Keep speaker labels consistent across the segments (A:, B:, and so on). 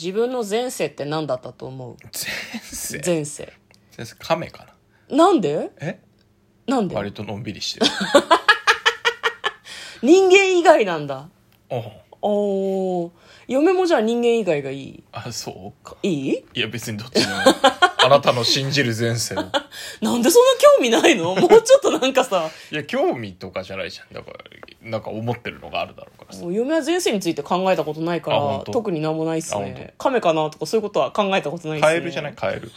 A: 自分の前世って何だったと思う
B: 前世
A: 前世
B: 前世亀かな
A: なんで
B: え
A: なんで
B: 割とのんびりしてる
A: 人間以外なんだ
B: おう
A: おー嫁もじゃあ人間以外がいい
B: あそうか
A: いい
B: いや別にど っちでもあなたの信じる前世を
A: なんでそんな興味ない のもうちょっとなんかさ
B: いや興味とかじゃないじゃんだからなんか思ってるのがあるだろうからさ
A: もう嫁は前世について考えたことないか
B: あ
A: ら
B: 本当
A: 特になんもないっす
B: あ本
A: ね亀かなとかそういうことは考えたことないっすね
B: カエルじゃないカエル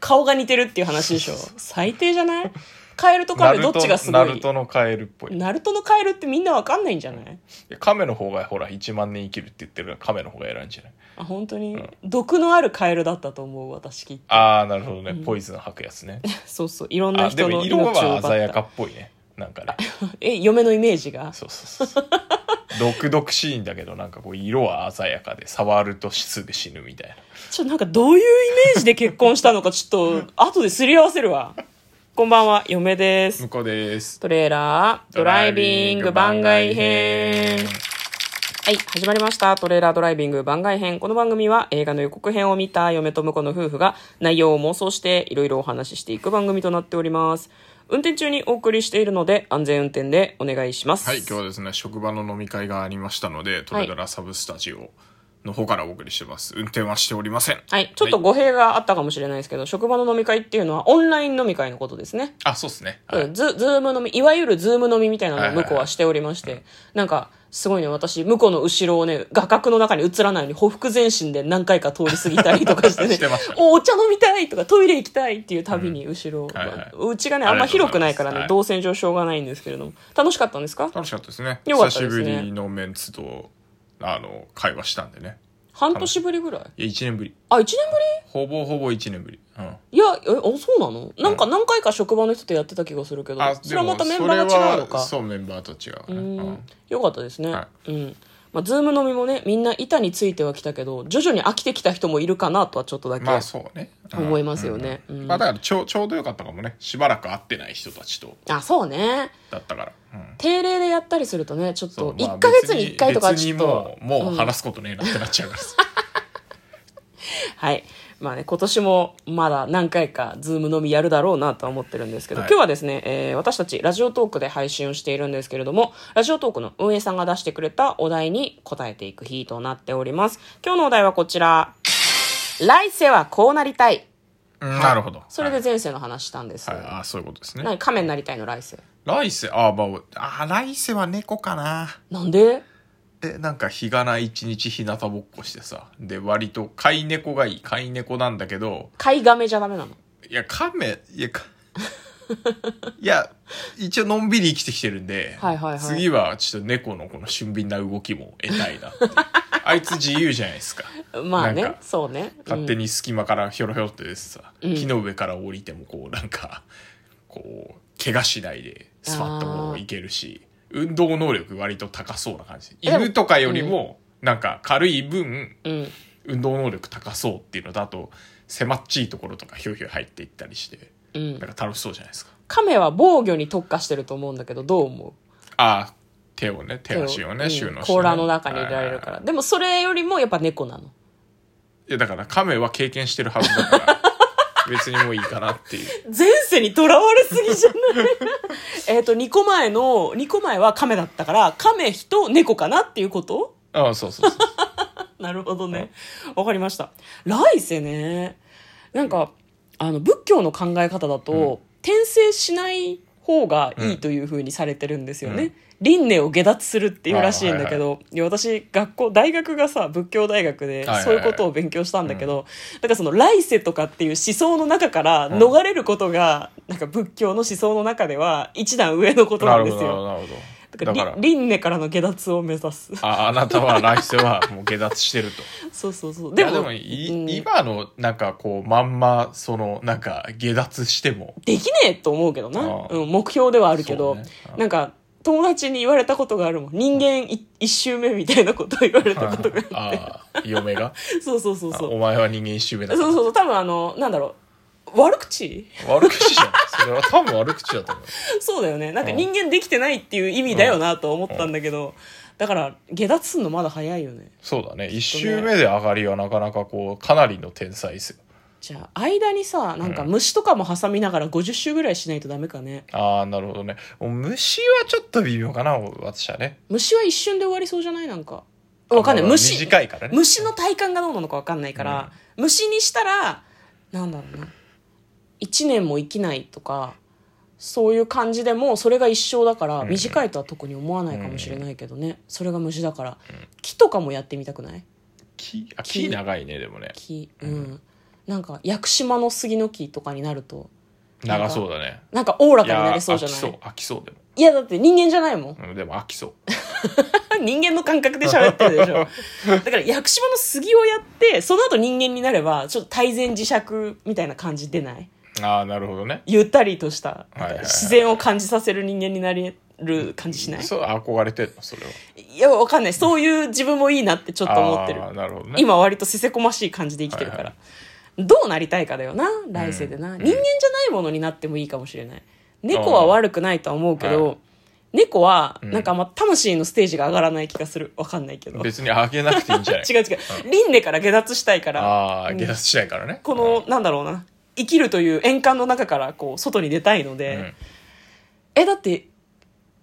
A: 顔が似てるっていう話でしょ最低じゃないカエルとカメどっちがすご
B: ナ
A: い
B: ルトのカエルっぽいい
A: ナルトのカエルってみんなわかんないんじゃない
B: や亀の方がほら1万年生きるって言ってるから亀の方が偉いんじゃない
A: あ本当に、毒のあるカエルだったと思う私きっと
B: ああなるほどね、ポイズン吐くやつね
A: そうそういろんな
B: あで
A: 人
B: も
A: の
B: 色
A: 命を奪
B: は
A: った
B: 鮮やかっぽいねなんかね
A: え嫁のイメージが
B: そうそう そう毒々しいんだけどなんかこう色は鮮やかで触るとすぐ死ぬみたいな
A: ちょなんかどういうイメージで結婚したのかちょっと後ですり合わせるわこんばんは嫁です
B: 向こうです
A: トレーラードライビング番外編はい、始まりました。トレーラードライビング番外編。この番組は映画の予告編を見た嫁と婿の夫婦が内容を妄想していろいろお話ししていく番組となっております。運転中にお送りしているので安全運転でお願いします。
B: はい今日はですね職場の飲み会がありましたのでトレドラサブスタジオの方からお送りしてます運転はしておりません
A: はい、ちょっと語弊があったかもしれないですけど、職場の飲み会っていうのはオンライン飲み会のことですね。
B: あそうですね、
A: うんズズーム飲み、いわゆるズーム飲みみたいなの
B: は
A: を
B: いはい
A: 向
B: はい
A: こうはしておりまして、なんか、すごいね、私、向こうの後ろをね、画角の中に映らないように、ほふ前進で何回か通り過ぎたりとかしてね、
B: してましたね
A: おお茶飲みたいとか、トイレ行きたいっていうたびに後ろを、
B: はいはいう
A: ちがね、あんま広くないから
B: あ
A: ね、
B: りがと
A: 動線上しょうがないんですけれども、楽しかったんですか
B: 楽しかったですね
A: よかったですね
B: 久しぶりのメンツとあの会話したんでね
A: 半年ぶりぐらい
B: いや1年ぶり
A: あ、1年ぶ
B: ほぼほぼ1年ぶり、うん、
A: りいや、え、あ、そうなのなんか何回か職場の人とやってた気がするけど、それはまたメンバーが違うのか。
B: そうメンバーと違うね、うん
A: よかったですね、
B: は
A: うんまあ、ズーム飲みもねみんな板についてはきたけど徐々に飽きてきた人もいるかなとはちょっとだけ
B: まあそうね、うん
A: 思いますよね、うん
B: まあだからちょうちょうどよかったかもねしばらく会ってない人たちと
A: あそうね
B: だったから、うん
A: 定例でやったりするとねちょっ
B: そう
A: と
B: まあ
A: 1か月に1回とかは
B: 別
A: ち
B: に
A: ょっ
B: 別に
A: と、
B: もうもう話すことねえなってなっちゃうか らさ、
A: はいまあね今年もまだ何回かズーム飲みやるだろうなとは思ってるんですけど、
B: はい
A: 今日はですね、えー私たちラジオトークで配信をしているんですけれどもラジオトークの運営さんが出してくれたお題に答えていく日となっております今日のお題はこちら来世はこうなりたい
B: うんなるほど
A: それで前世の話したんです。
B: はい、はいあそういうことですね
A: 何亀になりたいの来世。
B: 来世あまああ来世は猫かな
A: なんで
B: えなんか日がない一日日向ぼっこしてさで割と飼い猫がいい飼い猫なんだけど
A: 貝亀じゃダメなの
B: いや亀いやかいや一応のんびり生きてきてるんで、
A: はいはいはい
B: 次はちょっと猫のこの俊敏な動きも得たいなっ ていうあいつ自由じゃないですか
A: まあ
B: なん
A: ね
B: か、
A: そうね。う
B: 勝
A: ん
B: 手に隙間からひょろひょろってさ、木の上から降りてもこうなんかこう怪我しないでスパッとこういけるし運動能力割と高そうな感じ
A: えでも
B: 犬とかよりもなんか軽い分
A: うん。
B: 運動能力高そうっていうのだと狭っちいところとかひょいひょい入っていったりして
A: うん。
B: なんか楽しそうじゃないですか
A: 亀は防御に特化してると思うんだけど、どう思う
B: ああ手をね手足を
A: う
B: ね
A: ん
B: 収納して、ね、
A: 甲羅の中に入れられるから。でもそれよりもやっぱ猫なの。
B: いやだから亀は経験してるはずだから別にもういいかなっ ていう
A: 前世にとらわれすぎじゃない えっと、2個前の、2個前は亀だったから、亀と猫かなっていうこと
B: ああそうそうそう
A: なるほどね。わかりました。来世ね。なんか、あの、仏教の考え方だと、転生しない方がいいというふうにされてるんですよね。
B: うん
A: 輪廻を下脱するっていうらしいんだけど、
B: あ
A: いや私、学校、大学がさ、仏教大学で
B: はいはいはい
A: そういうことを勉強したんだけど、だからその来世とかっていう思想の中から逃れることが、なんか仏教の思想の中では一段上のことなんですよ。
B: なるほどなるほ
A: だ
B: ど
A: から
B: だから
A: り輪廻からの下脱を目指す。
B: ああなたは来世はもう下脱してると
A: そうそうそう。
B: で
A: で
B: も
A: も、
B: でもい
A: うん
B: 今のなんかこうまんまそのなんか下脱しても
A: できねえと思うけど
B: あ
A: な、
B: あ
A: うん、目標ではあるけど、
B: そうねああ
A: なんか友達に言われたことがあるもん人間い一周目みたいなことを言われたことがあって
B: ああ嫁が
A: そうそうそうそう
B: お前は人間一周目だ
A: そうそうそう多分あのなんだろう悪口
B: 悪口じゃんそれは多分悪口だと思う
A: そうだよねなんか人間できてないっていう意味だよなと思ったんだけど、だから下脱すんのまだ早いよね
B: そうだね1周目で上がりはなかなかこうかなりの天才ですよ
A: じゃあ間にさなんか虫とかも挟みながら50周ぐらいしないとダメかね
B: ああなるほどねもう虫はちょっと微妙かな私はね
A: 虫は一瞬で終わりそうじゃないなんかわかんない
B: あまあ
A: 虫
B: 短いからね
A: 虫の体感がどうなのかわかんないから、虫にしたらなんだろうな1年も生きないとかそういう感じでもうそれが一生だから
B: ん
A: 短いとは特に思わないかもしれないけどね、それが虫だから、木とかもやってみたくない
B: 木あ
A: 木
B: 木長いねでもね
A: 木うん、なんか屋久島の杉の木とかになるとなんか
B: 長そうだね
A: なんかおおら
B: い
A: かにな
B: や
A: りそう
B: 飽
A: じゃ
B: き
A: ない
B: そう飽きそうで
A: いやだって人間じゃないもん
B: も、うん、でも飽きそう
A: 人間の感覚で喋ってるでし ょだから屋久島の杉をやってその後人間になればちょっと泰然自釈みたいな感じ出ない
B: ああなるほどね
A: ゆったりとした
B: はいはいはい
A: 自然を感じさせる人間になれる感じしない
B: そう憧れてんのそれはい
A: やわかんないそういう自分もいいなってちょっと思ってる
B: ああなるほどね
A: 今割とせせこましい感じで生きてるから、
B: はい
A: どうなりたいかだよな来世でな、人間じゃないものになってもいいかもしれない猫は悪くないとは思うけど、
B: は
A: 猫は
B: ん
A: なんかあんま魂のステージが上がらない気がするわかんないけど違う
B: 別にあげなくていいんじゃな い
A: 違う輪廻から下脱したいから
B: ああ下脱しないからね
A: この、なんだろうな生きるという円環の中からこう外に出たいの
B: う
A: で、
B: ん
A: えだって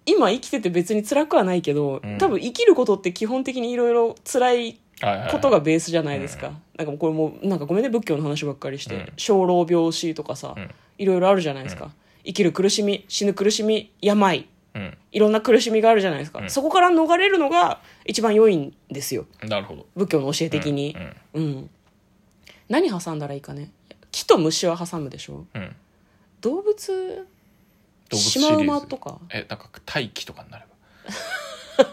A: 今生きてて別に辛くはないけど、
B: うん
A: 多分生きることって基本的にいろいろ辛い
B: はいはいはい
A: ことがベースじゃないですか、なんかもうこれもうなんかごめんね仏教の話ばっかりして、
B: うん
A: 生老病死とかさ、
B: ん
A: いろいろあるじゃないですか、生きる苦しみ死ぬ苦しみ病
B: うん
A: いろんな苦しみがあるじゃないですか、
B: うん
A: そこから逃れるのが一番良いんですよ
B: なるほど
A: 仏教の教え的に
B: うん
A: うん、何挟んだらいいかね木と虫は挟むでしょ
B: うんうん
A: 動物
B: 動物
A: シ
B: シリ
A: マ
B: ーズ
A: ウマとか
B: えなんか大気とかになれば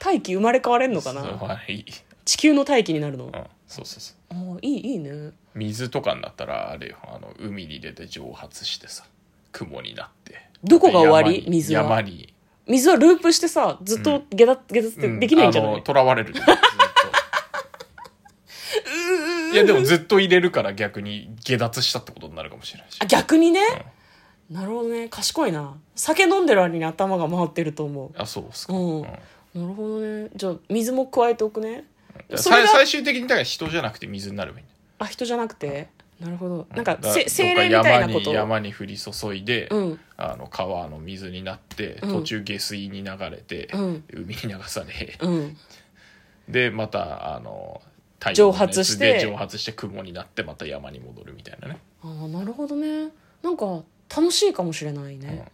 A: 大気生まれ変われんのか
B: そう
A: な
B: はいいい
A: 地球の大気になるの
B: うんそうそうそう
A: あーいいいいね
B: 水とかになったらあれよあの海に出て蒸発してさ雲になって
A: どこが終わり
B: 山に
A: 水は
B: 山に
A: 水はループしてさずっと下脱下脱ってできないんじゃない、
B: うあの囚われるずっといやでもずっと入れるから逆に下脱したってことになるかもしれないし
A: あ逆にね、なるほどね賢いな酒飲んでる割に頭が回ってると思
B: あそうっすか、
A: うんうなるほどねじゃあ水も加えておくねそれ
B: 最
A: が
B: 最終的にだから人じゃなくて水になればいいんだよ
A: あ人じゃなくてなるほどなん
B: だ
A: かせ
B: どっ
A: 精霊みたいなこと
B: 山に山に降り注いで、
A: うん
B: あの川の水になって
A: うん
B: 途中下水に流れて、
A: うん
B: 海に流され、
A: うん
B: でまたあの太
A: 蒸
B: 陽の熱
A: 発して
B: で蒸発して雲になってまた山に戻るみたいなね、
A: あーなるほどねなんか楽しいかもしれないね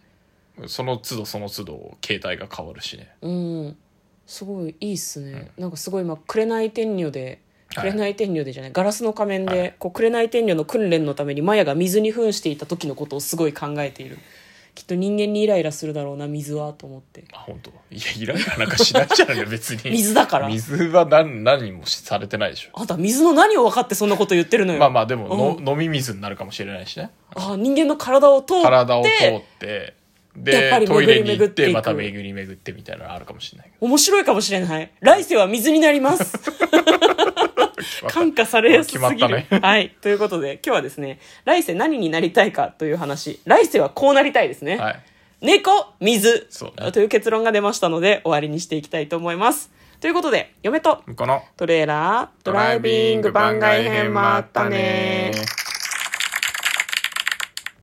B: その都度その都度形態が変わるしね
A: うん、すごいいいっすね、なんかすごい今「紅天女で」
B: はい
A: 紅天女でじゃない、ガラスの仮面で、
B: はい
A: こう紅天女の訓練のためにマヤが水に扮していた時のことをすごい考えているきっと人間にイライラするだろうな水はと思って
B: あ本当いやイライラなんかしないじゃないよ別に
A: 水だから
B: 水は何何もされてないでしょ
A: あんた水の何を分かってそんなこと言ってるのよ、
B: まあまあでもの、
A: う
B: 飲み水になるかもしれないしね
A: あ人間の体を通って
B: 体を通って
A: やっぱ
B: で
A: り
B: トイレ
A: 巡り
B: に行
A: 巡
B: っ
A: っていく
B: てまた巡り巡ってみたいなのあるかもしれないけ
A: 面白いかもしれない来世は水になります
B: ど
A: 感化されやすすぎる
B: 決まっ た
A: はいということで今日はですね来世何になりたいかという話来世はこうなりたいですね、
B: はい
A: 猫、水、
B: そうね
A: という結論が出ましたので終わりにしていきたいと思います。ということで、嫁と
B: この
A: トレーラー、ド
B: ド
A: ラ
B: ラ
A: イ
B: イ
A: ビ
B: ビ
A: ン
B: ン
A: グ
B: グ
A: 番
B: 番
A: 外
B: 外
A: 編
B: 編
A: も
B: も
A: あ
B: あ
A: っ
B: ったた
A: ね
B: ね